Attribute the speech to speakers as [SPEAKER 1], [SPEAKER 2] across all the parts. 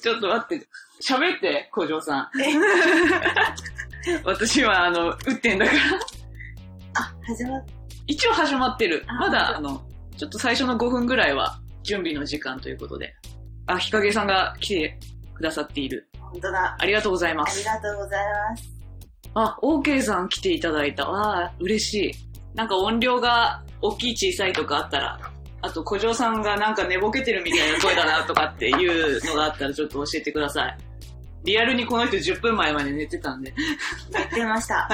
[SPEAKER 1] ちょっと待って。喋って、小嬢さん。私は、あの、打ってんだから。
[SPEAKER 2] あ、始まっ
[SPEAKER 1] 一応始まってる。
[SPEAKER 2] あ
[SPEAKER 1] まだ、あ
[SPEAKER 2] 本
[SPEAKER 1] の、ちょっと最初の5分ぐらいは準備の時間ということで。あ、日陰さんが来てくださっている。
[SPEAKER 2] 本当だ。
[SPEAKER 1] ありがとうございま
[SPEAKER 2] あり
[SPEAKER 1] す。
[SPEAKER 2] がとうございます。
[SPEAKER 1] あ、OK さん来ていただいた。わあ、嬉しい。なんか音量が大きい小さいとかあったら、あと小嬢さんがなんか寝ぼけてるみたいな声だなとかっていうのがあったらちょっと教えてください。リアルにこの人10分前まで寝てたんで。
[SPEAKER 2] 言ってました。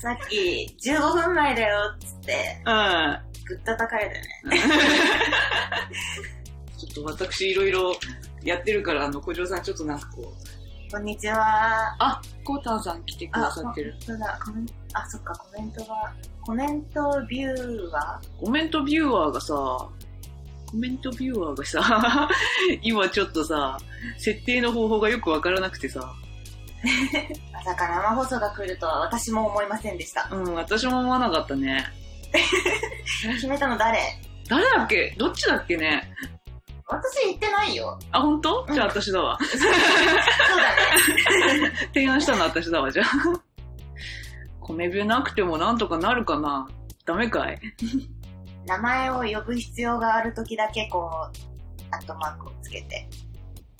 [SPEAKER 2] さっき、15分前だよ、つって、
[SPEAKER 1] うん。
[SPEAKER 2] ぐったたかれたよね。
[SPEAKER 1] ちょっと私いろいろやってるから、あの、小嬢さんちょっとなんかこう、
[SPEAKER 2] こんにちは。
[SPEAKER 1] あ、コータンさん来てくださってる。
[SPEAKER 2] そうだ、コメンあ、そっか、コメントが、コメントビューは
[SPEAKER 1] コメントビューワーがさ、コメントビューワーがさ、 今ちょっとさ、設定の方法がよくわからなくてさ、
[SPEAKER 2] 朝から生放送が来るとは私も思いませんで した。
[SPEAKER 1] うん、私も思わなかったね。
[SPEAKER 2] 決めたの誰
[SPEAKER 1] 誰だっけどっちだっけね
[SPEAKER 2] 私言ってないよ。
[SPEAKER 1] あ、本当
[SPEAKER 2] うん
[SPEAKER 1] じゃあ私だわ。
[SPEAKER 2] そうだね。
[SPEAKER 1] 提案したの私だわ、じゃあ。 米ビュなくてもなんとかなるかなダメかい
[SPEAKER 2] 名前を呼ぶ必要がある時だけ、こう、アットマークをつけて。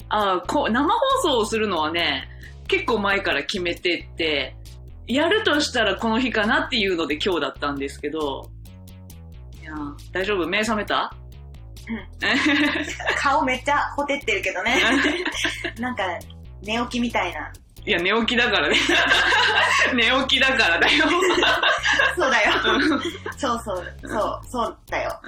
[SPEAKER 1] あこう生放送をするのはね、結構前から決めてって、やるとしたらこの日かなっていうので今日だったんですけど、いやー大丈夫目覚めた
[SPEAKER 2] 顔めっちゃほてってるけどね。なんか、寝起きみたいな。
[SPEAKER 1] いや、寝起きだからね。 寝起きだからだよ。
[SPEAKER 2] そうだよ。そうそう、そう、そうだよ。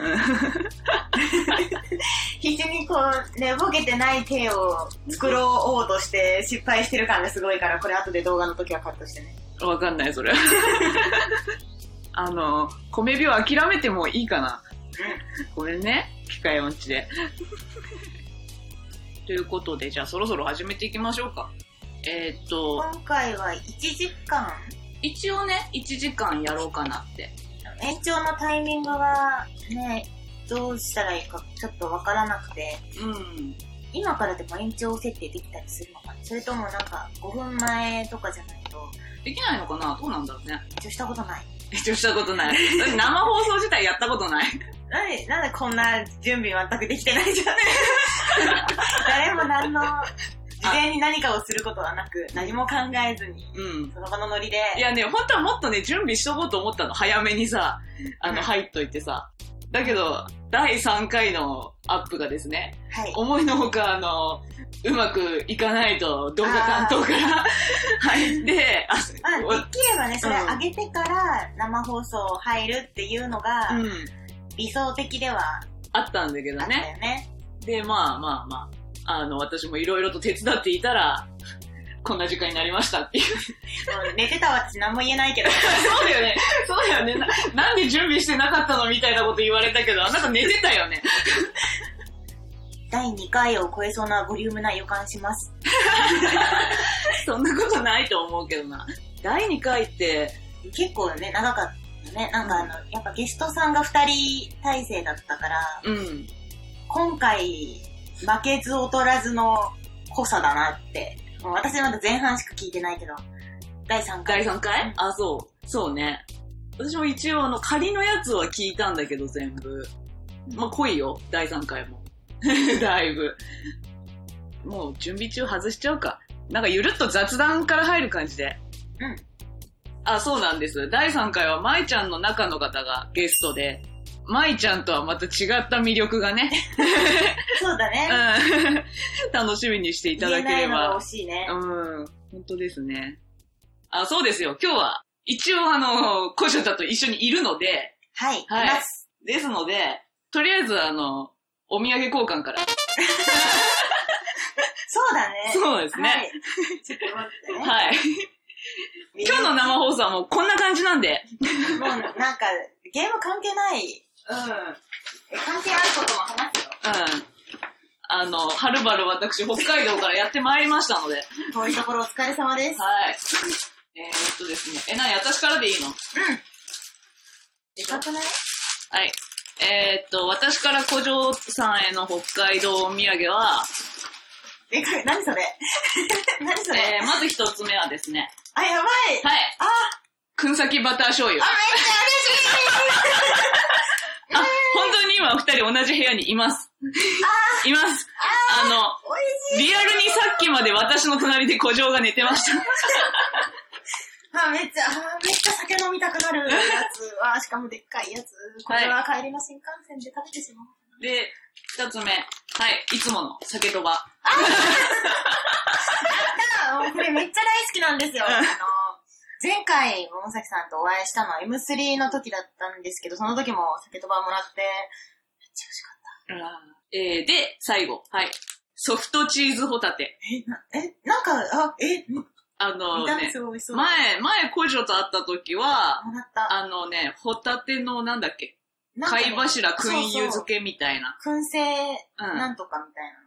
[SPEAKER 2] 必死にこう、寝ぼけてない手を作ろうとして失敗してる感がすごいから、これ後で動画の時はカットしてね。
[SPEAKER 1] わかんない、それは。 あの、米病諦めてもいいかな。ごめんね、機械音痴で。ということで、じゃあそろそろ始めていきましょうか。えーっと、
[SPEAKER 2] 今回は1時間、
[SPEAKER 1] 一応ね、1時間やろうかなって。
[SPEAKER 2] 延長のタイミングはね、どうしたらいいかちょっとわからなくて、
[SPEAKER 1] うん。
[SPEAKER 2] 今からでも延長設定できたりするのかなそれともなんか5分前とかじゃないと、
[SPEAKER 1] できないのかなどうなんだろうね。
[SPEAKER 2] 延長したことない。
[SPEAKER 1] 一応したこと ない。生放送自体やったことない。
[SPEAKER 2] なんで、なんでこんな準備全くできてないじゃん。 誰も何の、事前に何かをすることはなく、何も考えずに、
[SPEAKER 1] うん。
[SPEAKER 2] その場のノリで、
[SPEAKER 1] いやね、本当はもっとね、準備しとこうと思ったの。早めにさ、あ
[SPEAKER 2] う
[SPEAKER 1] の、
[SPEAKER 2] ん
[SPEAKER 1] 入っといてさ。だけど、第3回のアップがですね、
[SPEAKER 2] はい。
[SPEAKER 1] 思いのほか、あの、うまくいかないと、動画担当から入って、あ
[SPEAKER 2] まあ、できればね、それ
[SPEAKER 1] うん
[SPEAKER 2] 上げてから生放送入るっていうのが、
[SPEAKER 1] うん、
[SPEAKER 2] 理想的では
[SPEAKER 1] あったんだけど
[SPEAKER 2] あったよ
[SPEAKER 1] ね。
[SPEAKER 2] ね。
[SPEAKER 1] で、まあまあまあ、あの、私もいろいろと手伝っていたら、こんな時間になりましたっていう。
[SPEAKER 2] うん寝てた私何も言えないけど、
[SPEAKER 1] そうだよね。 そうだよねな。なんで準備してなかったのみたいなこと言われたけど、あなた寝てたよね。
[SPEAKER 2] 第2回を超えそうなボリュームな予感します。
[SPEAKER 1] そんなことないと思うけどな。第2回って、
[SPEAKER 2] 結構ね、長かったね。なんかあの、やっぱゲストさんが2人体制だったから、
[SPEAKER 1] うん。
[SPEAKER 2] 今回、負けず劣らずの濃さだなって。もう私まだ前半しか聞いてないけど、第3回。
[SPEAKER 1] 第3回、
[SPEAKER 2] うん
[SPEAKER 1] あ、そう。そうね。私も一応、あの、仮のやつは聞いたんだけど、全部。まあ、濃いよ。第3回も。 だいぶ。もう、準備中外しちゃうか。なんか、ゆるっと雑談から入る感じで。
[SPEAKER 2] うん。
[SPEAKER 1] あ、そうなんです。第3回は、舞ちゃんの中の方がゲストで、舞ちゃんとはまた違った魅力が ね、
[SPEAKER 2] そうだ
[SPEAKER 1] う
[SPEAKER 2] ね。
[SPEAKER 1] ん 楽しみにしていた
[SPEAKER 2] 言
[SPEAKER 1] だ
[SPEAKER 2] え
[SPEAKER 1] け
[SPEAKER 2] ない
[SPEAKER 1] れ
[SPEAKER 2] のが
[SPEAKER 1] ば
[SPEAKER 2] 惜。しいね。
[SPEAKER 1] うん、本当ですね。あ、そうですよ。今日は、一応あの、コショタと一緒にいるので、
[SPEAKER 2] はい。
[SPEAKER 1] はい
[SPEAKER 2] います。
[SPEAKER 1] ですので、とりあえずあの、お土産交換から。
[SPEAKER 2] そうだね。
[SPEAKER 1] そうです
[SPEAKER 2] は
[SPEAKER 1] ね。
[SPEAKER 2] い。ちょっと待ってね。
[SPEAKER 1] はい。今日の生放送はもうこんな感じなんで。
[SPEAKER 2] もうなんか、ゲーム関係ない。
[SPEAKER 1] うん。うん。
[SPEAKER 2] 関係あることも話すよ。
[SPEAKER 1] あの、はるばる私、北海道からやってまいりましたので。
[SPEAKER 2] 遠いところお疲れ様です。
[SPEAKER 1] はい。えー、っとですね。え、なに私からでいいの
[SPEAKER 2] でかくない
[SPEAKER 1] はい。えーっと、私から古城さんへの北海道お土産は、
[SPEAKER 2] え、これ、何それ 何それ、
[SPEAKER 1] えー、まず一つ目はですね。
[SPEAKER 2] あ、やばい
[SPEAKER 1] はい。
[SPEAKER 2] あ、
[SPEAKER 1] くんさきバター醤油
[SPEAKER 2] あ、。めっちゃ嬉しい
[SPEAKER 1] あ、本当に今お二人同じ部屋にいます。います。あの、
[SPEAKER 2] おいしい
[SPEAKER 1] リアルにさっきまで私の隣で古城が寝てました。
[SPEAKER 2] あ、めっちゃ、あ、めっちゃ酒飲みたくなるや つ。あ、しかもでっかいやつ。これは帰りの新幹線で食べてしまう。
[SPEAKER 1] で、二つ目。はい、いつもの酒とば。
[SPEAKER 2] あもうこれめっちゃ大好きなんですよ。あの、前回、桃崎さんとお会いしたのは M3 の時だったんですけど、その時も酒とばもらって、めっちゃ美味しかっ
[SPEAKER 1] えー、で、最後。はい。ソフトチーズホタテ。
[SPEAKER 2] た。え、なんか、あ、え、見
[SPEAKER 1] あの
[SPEAKER 2] た目
[SPEAKER 1] ね
[SPEAKER 2] す、ごい美味しそう。
[SPEAKER 1] 前、前、古城と会った時は、
[SPEAKER 2] もらった。
[SPEAKER 1] あのね、ホタテのなんだっけ、
[SPEAKER 2] なんかね
[SPEAKER 1] 貝柱燻油漬
[SPEAKER 2] そう
[SPEAKER 1] けみたいな、
[SPEAKER 2] そう燻製
[SPEAKER 1] う、
[SPEAKER 2] なんんとかみたいな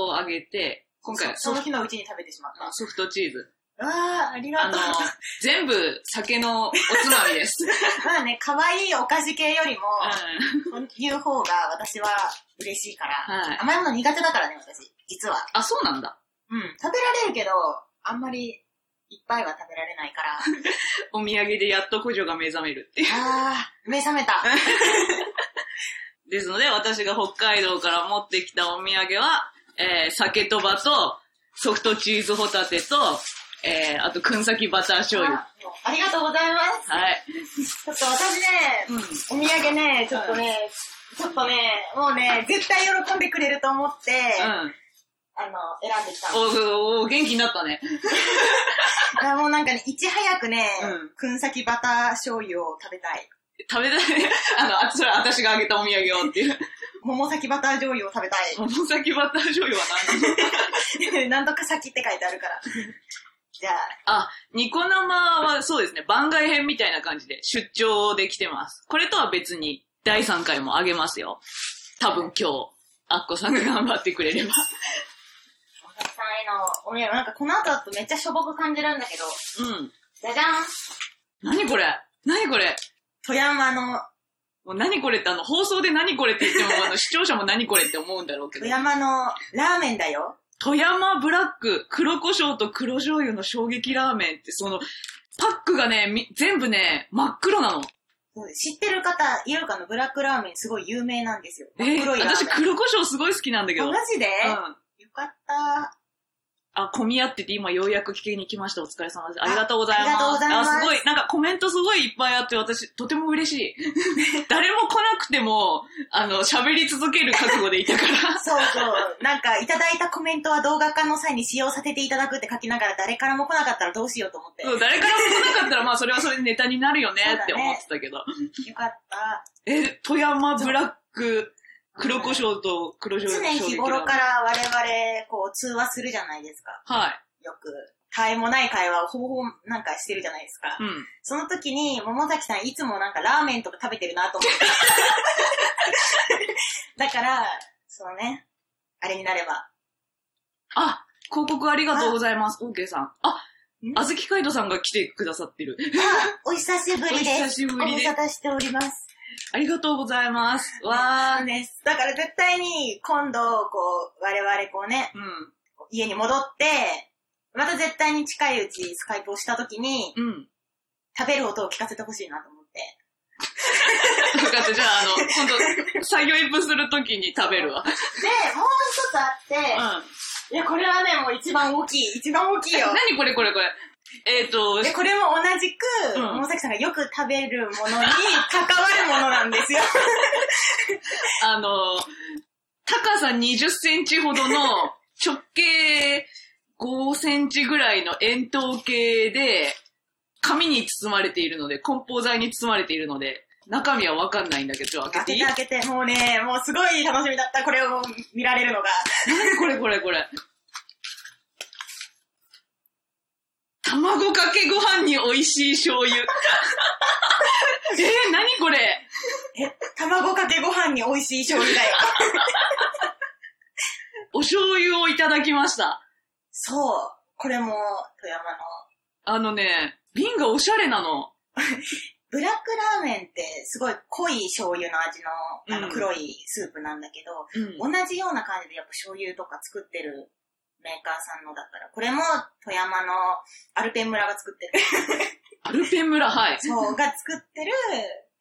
[SPEAKER 2] の。
[SPEAKER 1] をあげて、今回は
[SPEAKER 2] そ
[SPEAKER 1] ソ
[SPEAKER 2] うそ
[SPEAKER 1] フ
[SPEAKER 2] の日のうちに食べてしまった。
[SPEAKER 1] ソフトチーズ。
[SPEAKER 2] わー、あり
[SPEAKER 1] あ
[SPEAKER 2] が
[SPEAKER 1] の
[SPEAKER 2] とう。、
[SPEAKER 1] 全部酒のおつまみ です。
[SPEAKER 2] まあね、可愛いお菓子系よりも、
[SPEAKER 1] うん
[SPEAKER 2] いう方が私は嬉しいから。
[SPEAKER 1] はい。
[SPEAKER 2] 甘いもの苦手だからね、私。実は。
[SPEAKER 1] あ、そうなんだ。
[SPEAKER 2] うん。食べられるけど、あんまりいっぱいは食べられないから。
[SPEAKER 1] お土産でやっと古城が目覚めるっていう。
[SPEAKER 2] あー、目覚めた。
[SPEAKER 1] ですので、私が北海道から持ってきたお土産は、えー、酒とばと、ソフトチーズホタテと、えー、あと、くんさきバター醤油。
[SPEAKER 2] あありがとうございま
[SPEAKER 1] はい。
[SPEAKER 2] す。ちょっと私ね、
[SPEAKER 1] うん。
[SPEAKER 2] お土産ね、ちょっとね、ちょっとね、もうね、絶対喜んでくれると思って、
[SPEAKER 1] うん。
[SPEAKER 2] あの、選んできたの。
[SPEAKER 1] お、お、元気になったね。
[SPEAKER 2] いやもうなんかね、いち早くね
[SPEAKER 1] うん、
[SPEAKER 2] くんさきバター醤油を食べたい。
[SPEAKER 1] 食べたい。 あの、あそれは私があげたお土産をっていう。
[SPEAKER 2] 桃崎バター醤油を食べたい。
[SPEAKER 1] 桃崎バター醤油は何だろう
[SPEAKER 2] なんとか先って書いてある から。じゃあ、
[SPEAKER 1] あ、ニコ生はそうですね、番外編みたいな感じで出張で来てます。これとは別に第3回もあげますよ。多分今日、アッコさんが頑張ってくれれば。
[SPEAKER 2] お客さんへのお土産、なんかこの後だとめっちゃしょぼく感じるんだけど、
[SPEAKER 1] うん。
[SPEAKER 2] じゃじゃん
[SPEAKER 1] 何これ何これ
[SPEAKER 2] 富山の、
[SPEAKER 1] もう何これってあの、放送で何これって言っても、あの、視聴者も何これって思うんだろうけど
[SPEAKER 2] 富。山のラーメンだよ。
[SPEAKER 1] 富山ブラック、黒胡椒と黒醤油の衝撃ラーメンって、その、パックがね、み全部ね、真っ黒なの。
[SPEAKER 2] そう知ってる方いるかのブラックラーメンすごい有名なんですよ。
[SPEAKER 1] え
[SPEAKER 2] 真っ
[SPEAKER 1] ー
[SPEAKER 2] 黒いラーメン。
[SPEAKER 1] 私黒胡椒すごい好きなんだけど。
[SPEAKER 2] あ
[SPEAKER 1] うん
[SPEAKER 2] マ。ジで、よかった。
[SPEAKER 1] あ、混み合ってて、今ようやく聞きに来ました。お疲れ様です。ありがとうございます。
[SPEAKER 2] ありがとうございます
[SPEAKER 1] あ、すごい。なんかコメントすごいいっぱいあって、私、とても嬉しい。 誰も来なくても、あの、喋り続ける覚悟でいたから。
[SPEAKER 2] そうそう。なんか、いただいたコメントは動画化の際に使用させていただくって書きながら誰からも来なかったらどうしようと思って。
[SPEAKER 1] そう誰からも来なかったら、まあ、それはそれでネタになるよねって思ってたけど。
[SPEAKER 2] よかった。
[SPEAKER 1] え、富山ブラック、黒胡椒と黒醤
[SPEAKER 2] 常
[SPEAKER 1] 油の。
[SPEAKER 2] 日頃からら我々、こう、通話するじゃないですか。
[SPEAKER 1] はい。
[SPEAKER 2] よく、絶えもない会話をほぼほぼなんかしてるじゃないですか。
[SPEAKER 1] うん。
[SPEAKER 2] その時に、桃崎さんいつもなんかラーメンとか食べてるなと思 って。だから、そのね、あれになれば。
[SPEAKER 1] あ、広告ありがとうございます。オーケーさん。あ
[SPEAKER 2] ん、
[SPEAKER 1] あずきかいとさんが来てくださってる。
[SPEAKER 2] お久しぶりです。
[SPEAKER 1] お久しぶりです
[SPEAKER 2] ご無沙汰しております。
[SPEAKER 1] ありがとうございます。わー。
[SPEAKER 2] です。だから絶対に、今度、こう、我々こうね、
[SPEAKER 1] う
[SPEAKER 2] 家に戻って、また絶対に近いうちスカイプをした時に、
[SPEAKER 1] ん。うん。
[SPEAKER 2] 食べる音を聞かせてほしいなと思って。
[SPEAKER 1] 分かった。じゃあ、あの、今 度、作業イップするときに食べるわ。
[SPEAKER 2] で、もう一つあって、
[SPEAKER 1] うん。
[SPEAKER 2] いや、これはね、もう一番大きい。一番大き いよ。
[SPEAKER 1] 何これこれこれ。えっ、ー、と、
[SPEAKER 2] で、これも同じく、
[SPEAKER 1] うん
[SPEAKER 2] 桃崎さんがよく食べるものに関わるものなんで すよ。
[SPEAKER 1] あの、高さ20センチほどの直径5センチぐらいの円筒形で、紙に包まれているので、梱包材に包まれているので、中身はわかんないんだけど、ちょっと開
[SPEAKER 2] 開
[SPEAKER 1] けて
[SPEAKER 2] け
[SPEAKER 1] いい
[SPEAKER 2] て開けて、もうね、もうすごい楽しみだった、これを見られるのが。
[SPEAKER 1] これこれこれ。卵かけご飯に美味しい醤油。 えー、何これ
[SPEAKER 2] え、卵かけご飯に美味しい醤 油だよ。
[SPEAKER 1] お醤油をいただきました。
[SPEAKER 2] そう。これも、富山の。
[SPEAKER 1] あのね、瓶がおしゃれなの。
[SPEAKER 2] ブラックラーメンってすごい濃い醤油の味の、あ
[SPEAKER 1] う
[SPEAKER 2] の
[SPEAKER 1] ん
[SPEAKER 2] 黒いスープなんだけど、
[SPEAKER 1] うん
[SPEAKER 2] 同じような感じでやっぱ醤油とか作ってるメーカーさんのだったら、これも富山のアルペン村が作ってる。
[SPEAKER 1] アルペン村、はい。
[SPEAKER 2] そう、が作ってる、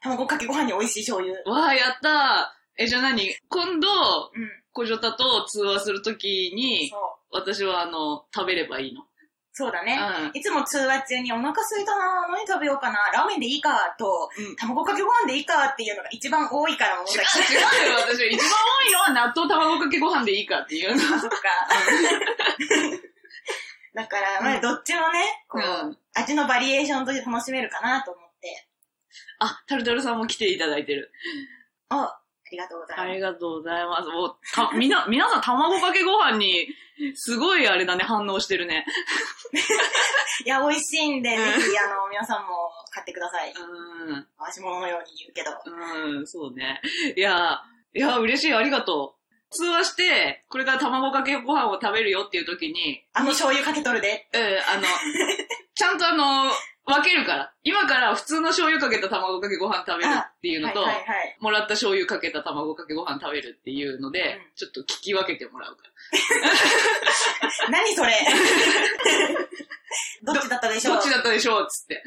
[SPEAKER 2] 卵かけご飯に美味しい醤油。
[SPEAKER 1] わあ、やったー。え、じゃあ何今度、
[SPEAKER 2] うん。
[SPEAKER 1] 小女太と通話するときに
[SPEAKER 2] そう、。
[SPEAKER 1] 私はあの、食べればいいの。
[SPEAKER 2] そうだね。
[SPEAKER 1] うん。
[SPEAKER 2] いつも通話中にお腹空いたな何食べようかなラーメンでいいかと、
[SPEAKER 1] うん
[SPEAKER 2] 卵かけご飯でいいかっていうのが一番多いから思っ
[SPEAKER 1] 違
[SPEAKER 2] た
[SPEAKER 1] う
[SPEAKER 2] け
[SPEAKER 1] 違うよ、私。一番多いのは納豆卵かけご飯でいいかっていうの。
[SPEAKER 2] ど、そっか。だから、ま
[SPEAKER 1] う
[SPEAKER 2] あ、
[SPEAKER 1] ん
[SPEAKER 2] どっちもね、こ
[SPEAKER 1] う
[SPEAKER 2] う、
[SPEAKER 1] ん
[SPEAKER 2] 味のバリエーションとして楽しめるかなと思って。
[SPEAKER 1] あ、タルタルさんも来ていただいてる。
[SPEAKER 2] お、ありがとうございま
[SPEAKER 1] あ
[SPEAKER 2] す。
[SPEAKER 1] りがとうございます。もう、た、み な、皆さん卵かけご飯に、すごいあれだね、反応してるね。
[SPEAKER 2] いや、美味しいんで、ぜ
[SPEAKER 1] うん
[SPEAKER 2] ひ、あの、皆さんも買ってください。
[SPEAKER 1] う
[SPEAKER 2] 回し物のように言うけど。
[SPEAKER 1] ん、うん、そうね。いや、いや、嬉しい、ありがとう。通話して、これから卵かけご飯を食べるよっていう時に、
[SPEAKER 2] あの醤油かけとるで。
[SPEAKER 1] うん、 あの、ちゃんとあの、分けるから。今から普通の醤油かけた卵かけご飯食べるっていうの
[SPEAKER 2] はい
[SPEAKER 1] と、
[SPEAKER 2] はいはい。
[SPEAKER 1] もらった醤油かけた卵かけご飯食べるっていうので、
[SPEAKER 2] うん
[SPEAKER 1] ちょっと聞き分けてもらうから。
[SPEAKER 2] 何それどっちだったでしょう
[SPEAKER 1] どっちだったでしょうっつって。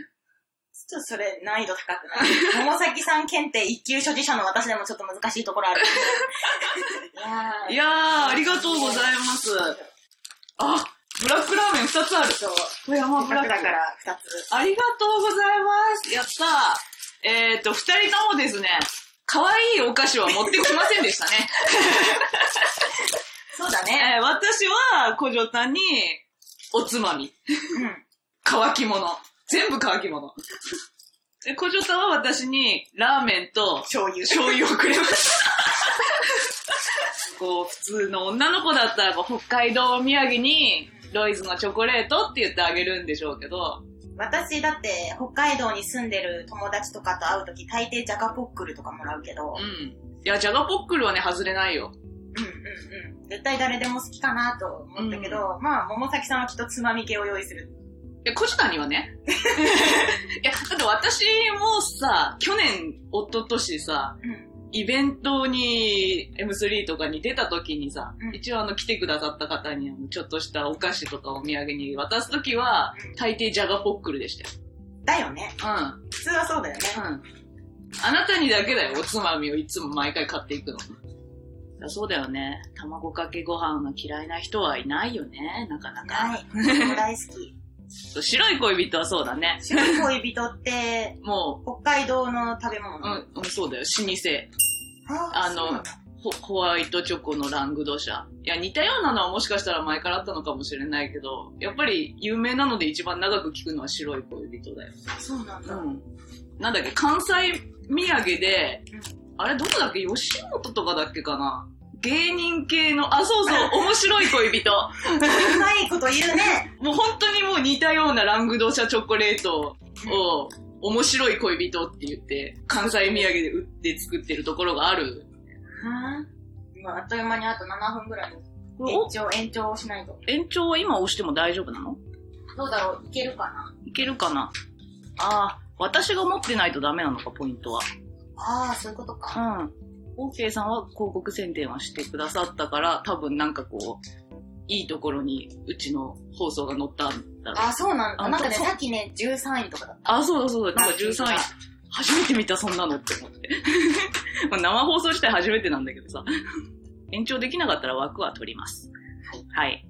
[SPEAKER 2] ちょっとそれ難易度高くない 桃崎さん検定一級所持者の私でもちょっと難しいところあ る。
[SPEAKER 1] い
[SPEAKER 2] い
[SPEAKER 1] や
[SPEAKER 2] やー。
[SPEAKER 1] ー、ありがとうございます。あ、ブラックラーメン2つある。
[SPEAKER 2] そう。
[SPEAKER 1] 富山
[SPEAKER 2] せっかくだから二つ。
[SPEAKER 1] ありがとうございます。やったー。えっ、ー、と、二人ともですね、可愛いお菓子は持ってきませんでした ね。
[SPEAKER 2] そうだね。
[SPEAKER 1] えー私は、小女さんに、おつまみ、
[SPEAKER 2] うん。
[SPEAKER 1] 乾き物。全部乾き物。で、小女さんは私に、ラーメンと、
[SPEAKER 2] 醤油。
[SPEAKER 1] 醤油をくれました。こう、普通の女の子だったら、こう北海道お土産に、ロイズのチョコレートって言ってあげるんでしょうけど、
[SPEAKER 2] 私だって北海道に住んでる友達とかと会うとき大抵ジャガポックルとかもらうけど。
[SPEAKER 1] うん。いや、ジャガポックルはね、外れないよ。
[SPEAKER 2] うんうんうん。絶対誰でも好きかなと思ったけど、まあ桃崎さんはきっとつまみ系を用意する。
[SPEAKER 1] いや、小ジにはね。 いや、だって私もさ、去年、一昨年さ、
[SPEAKER 2] うん。
[SPEAKER 1] イベントに M3 とかに出た時にさ、
[SPEAKER 2] うん
[SPEAKER 1] 一応あの来てくださった方にあのちょっとしたお菓子とかお土産に渡す時は、大抵ジャガポックルでした
[SPEAKER 2] だよね。
[SPEAKER 1] よ。うん。
[SPEAKER 2] 普通はそうだよね。
[SPEAKER 1] うん。あなたにだけだよ、おつまみをいつも毎回買っていくの。そうだよね。卵かけご飯が嫌いな人はいないよね、なかなか。
[SPEAKER 2] はい。私も大好き。
[SPEAKER 1] そう白い恋人はそうだね。
[SPEAKER 2] 白い恋人って、
[SPEAKER 1] も
[SPEAKER 2] 北海道の食べ物
[SPEAKER 1] う、う
[SPEAKER 2] なの、
[SPEAKER 1] ん、うん、そうだよ、老舗。
[SPEAKER 2] あ
[SPEAKER 1] あの
[SPEAKER 2] そうなんだ
[SPEAKER 1] ホホワイトチョコのラングドシャ。いや、似たようなのはもしかしたら前からあったのかもしれないけど、やっぱり有名なので一番長く聞くのは白い恋人だよ。
[SPEAKER 2] そうなんだ。
[SPEAKER 1] ん。なんだっけ、関西土産で
[SPEAKER 2] うん、
[SPEAKER 1] あれどこだっけ吉本とかだっけかな芸人系の、あ、そうそう、 面白い恋人。
[SPEAKER 2] うまいこと言う ね。
[SPEAKER 1] もう本当にもう似たようなラングドシャチョコレートを、面白い恋人って言って、関西土産で売って作ってるところがある。
[SPEAKER 2] 今、あっという間にあと7分ぐらいです。延
[SPEAKER 1] お
[SPEAKER 2] 長、延長しないと。
[SPEAKER 1] 延長は今押しても大丈夫なの
[SPEAKER 2] どうだろういけるかない
[SPEAKER 1] けるかなああ、私が持ってないとダメなのか、ポイントは。
[SPEAKER 2] ああ、そういうことか。
[SPEAKER 1] うん。OK さんは広告宣伝はしてくださったから、多分なんかこう、いいところにうちの放送が載ったんだろう。
[SPEAKER 2] ああ、そうなんだ。
[SPEAKER 1] あ
[SPEAKER 2] なんかね、
[SPEAKER 1] そう
[SPEAKER 2] さっきね、13位とかだっ
[SPEAKER 1] あ、そうだそうだ、
[SPEAKER 2] た。
[SPEAKER 1] なんか13位。初めて見た、そんなのって思って。 まあ生放送自体初めてなんだけどさ。延長できなかったら枠は取ります。はい。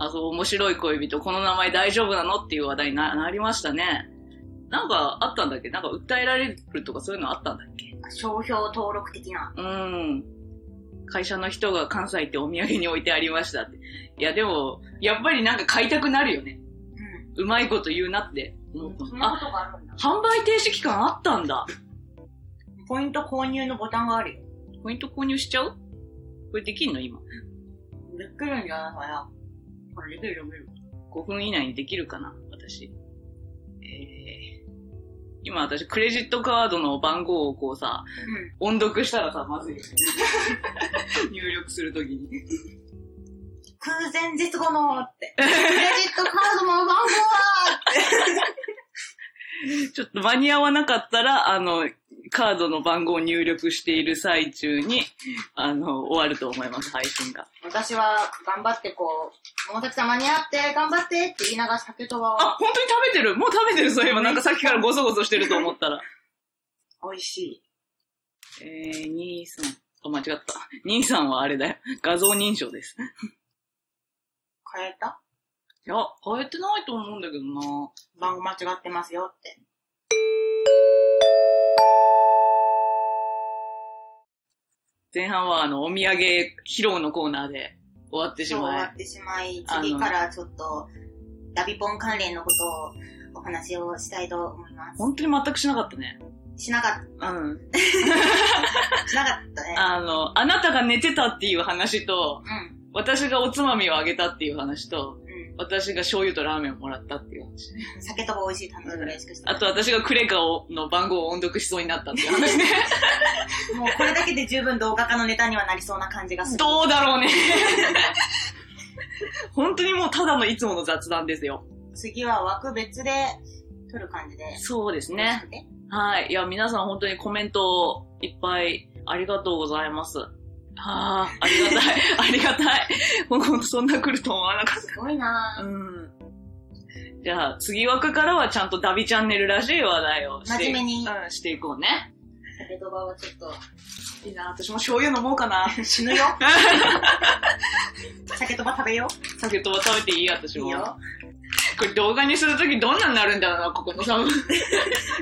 [SPEAKER 1] あ、そう、面白い恋人、この名前大丈夫なのっていう話題にななりましたね。なんかあったんだっけなんか訴えられるとかそういうのあったんだっけ
[SPEAKER 2] 商標登録的な。
[SPEAKER 1] うん。会社の人が関西ってお土産に置いてありましたって。いや、でも、やっぱりなんか買いたくなるよね。うまいこと言うなって思った
[SPEAKER 2] うん。そん
[SPEAKER 1] の。
[SPEAKER 2] な
[SPEAKER 1] あ、
[SPEAKER 2] ことがあるんだ。
[SPEAKER 1] 販売停止期間あったんだ。
[SPEAKER 2] ポイント購入のボタンがあるよ。
[SPEAKER 1] ポイント購入しちゃうこれできんの今。
[SPEAKER 2] できるんじゃないかな。これできるできる。
[SPEAKER 1] 5分以内にできるかな私。えー、今私クレジットカードの番号をこうさ、
[SPEAKER 2] う
[SPEAKER 1] 音読したらさ、まず いよね。入力するときに。
[SPEAKER 2] ん。空前絶後の って。クレジットカードの番号は
[SPEAKER 1] ちょっと間に合わなかったら、あの、カードの番号を入力している最中に、あの、終わると思います、配信が。
[SPEAKER 2] 私は頑張ってこう、桃崎さん間に合って、頑張ってって言いながら酒とば
[SPEAKER 1] あ
[SPEAKER 2] は、
[SPEAKER 1] 本当に食べてるもう食べてる、そういえば。なんかさっきからゴソゴソしてると思ったら。
[SPEAKER 2] 美味しい。
[SPEAKER 1] えー、兄さん。あ、間違った。兄さんはあれだよ。画像認証です。
[SPEAKER 2] 変えた
[SPEAKER 1] いや、変えてないと思うんだけどな
[SPEAKER 2] 番号間違ってますよって。
[SPEAKER 1] 前半はあの、お土産披露のコーナーで終わってし
[SPEAKER 2] 終わ
[SPEAKER 1] まい
[SPEAKER 2] っ。てしまい、
[SPEAKER 1] あの
[SPEAKER 2] 次からちょっと、ダビポン関連のことをお話をしたいと思いま
[SPEAKER 1] 本当に全くしなかったね。
[SPEAKER 2] す。しなかっ
[SPEAKER 1] うん。
[SPEAKER 2] た、しなかったね。
[SPEAKER 1] あの、あなたが寝てたっていう話と、
[SPEAKER 2] うん、
[SPEAKER 1] 私がおつまみをあげたっていう話と、
[SPEAKER 2] う
[SPEAKER 1] 私が醤油とラーメンをもらったっていう話。
[SPEAKER 2] ん。酒とば美味しい楽しみ嬉しくして。
[SPEAKER 1] あと私がクレカをの番号を音読しそうになったっていう話 ね。
[SPEAKER 2] もうこれだけで十分動画化のネタにはなりそうな感じがする。
[SPEAKER 1] どうだ ろうね。本当にもうただのいつもの雑談ですよ。
[SPEAKER 2] 次は枠別で撮る感じで。
[SPEAKER 1] そうですね。。はい。いや、皆さん本当にコメントをいっぱいありがとうございます。ああ、ありがた い。ありがたい。もうほんとそんな来ると思わなかっ
[SPEAKER 2] すごいな
[SPEAKER 1] た。
[SPEAKER 2] ぁ。
[SPEAKER 1] うん。じゃあ、次枠からはちゃんとダビチャンネルらしい話題をして、
[SPEAKER 2] 真面目に
[SPEAKER 1] うん、していこうね。
[SPEAKER 2] 酒とばはちょっと、
[SPEAKER 1] いいな、私も醤油飲もうか な。
[SPEAKER 2] 死 ぬよ。酒とば食べよう。
[SPEAKER 1] 酒とば食べていい私
[SPEAKER 2] い
[SPEAKER 1] も。
[SPEAKER 2] いよ。
[SPEAKER 1] これ動画にするときどんなになるんだろうな、ここのさ、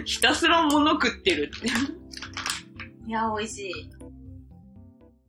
[SPEAKER 1] ひたすら物食ってるって。
[SPEAKER 2] いや、美味しい。